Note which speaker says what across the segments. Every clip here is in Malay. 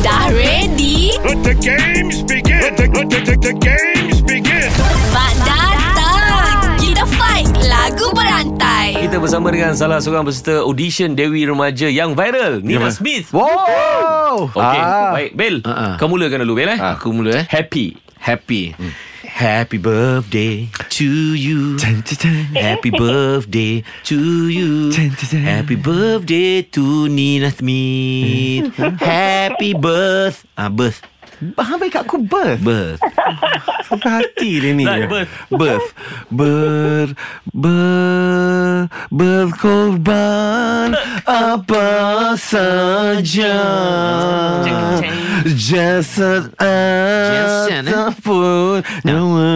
Speaker 1: Dah ready?
Speaker 2: Let the games begin. Let the, let the, the, the games begin.
Speaker 1: Mak datang! Kita fight lagu berantai.
Speaker 3: Kita bersama dengan salah seorang peserta audition Dewi Remaja yang viral, Nira Smith.
Speaker 4: Wow.
Speaker 3: Okey, ah. baik. Bel,
Speaker 4: Ah, ah.
Speaker 3: kau mulakan dulu, Bel eh.
Speaker 4: Ah, aku mula eh.
Speaker 3: Happy. Hmm.
Speaker 4: Happy. Happy birthday to you. Happy birthday to you. Happy birthday to Nina Smith. Happy birth. Ah, birth.
Speaker 5: Faham baik aku birth
Speaker 4: Birth.
Speaker 5: Sampai hati dia ni
Speaker 3: Tak, birth.
Speaker 5: Birth Ber Ber Berkorban Apa saja Jasad
Speaker 4: Jasad, eh?
Speaker 5: Ataupun Nyawa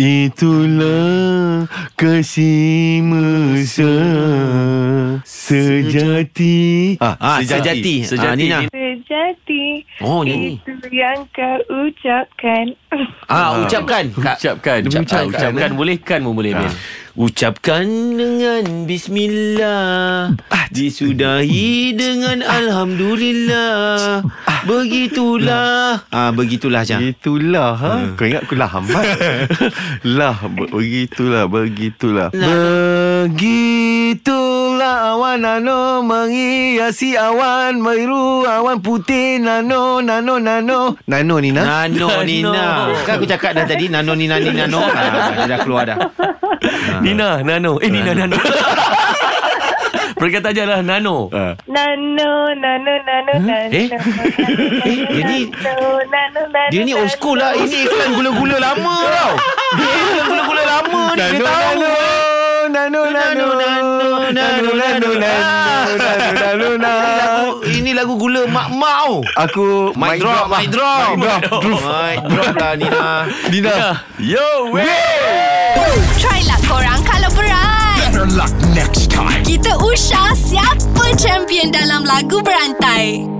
Speaker 5: Itulah Kasih mesra Sejati Ah,
Speaker 4: Ah, sejati.
Speaker 3: Sejati.
Speaker 4: Ah, Nina.
Speaker 6: Sejati
Speaker 4: Oh, nyanyi.
Speaker 6: Itu yang kau ucapkan
Speaker 4: Ah, ucapkan. Kak.
Speaker 3: Ucapkan.
Speaker 4: Dia
Speaker 3: Ucapkan.
Speaker 4: mengucapkan.
Speaker 3: Ucapkan. Boleh kan pun boleh, Bel.
Speaker 4: Ucapkan dengan bismillah
Speaker 3: Ah, Hmm.
Speaker 4: Disudahi dengan
Speaker 3: Ah.
Speaker 4: alhamdulillah Begitulah Ah Hmm. begitulah Jang
Speaker 5: Itulah ha? Kau ingat aku lah hambat Lah be- Begitulah Begitulah Begitulah awan nano Menghiasi awan Meru awan putih Nano Nano Nano Nano ni nah
Speaker 4: Nano Nina Kan aku cakap dah tadi Nano Nina Nina Nano ah, Dah keluar dah
Speaker 3: Nina, Ah. Nano. Eh, Nina, Nano. Perkataan je lah Nano.
Speaker 6: Nano Nano Nano Nano
Speaker 4: Eh? Eh, dia ni- Dia ni old school lah Ini iklan gula-gula lama tau Dia iklan gula-gula lama ni Dia
Speaker 5: Nano
Speaker 4: tahu
Speaker 5: Nano Nano Nano Nano Nano Ah. Nano Nano Nano
Speaker 4: Ini
Speaker 5: Nano
Speaker 4: lagu, ini lagu gula mak-mak tau
Speaker 5: Aku
Speaker 4: Mic drop, lah. mic drop.
Speaker 5: Mic drop.
Speaker 4: Mic drop lah Nina
Speaker 5: Dina Yo
Speaker 1: Try lah korang kalau berat.
Speaker 2: Better luck next time.
Speaker 1: Kita usah siapa champion dalam lagu berantai.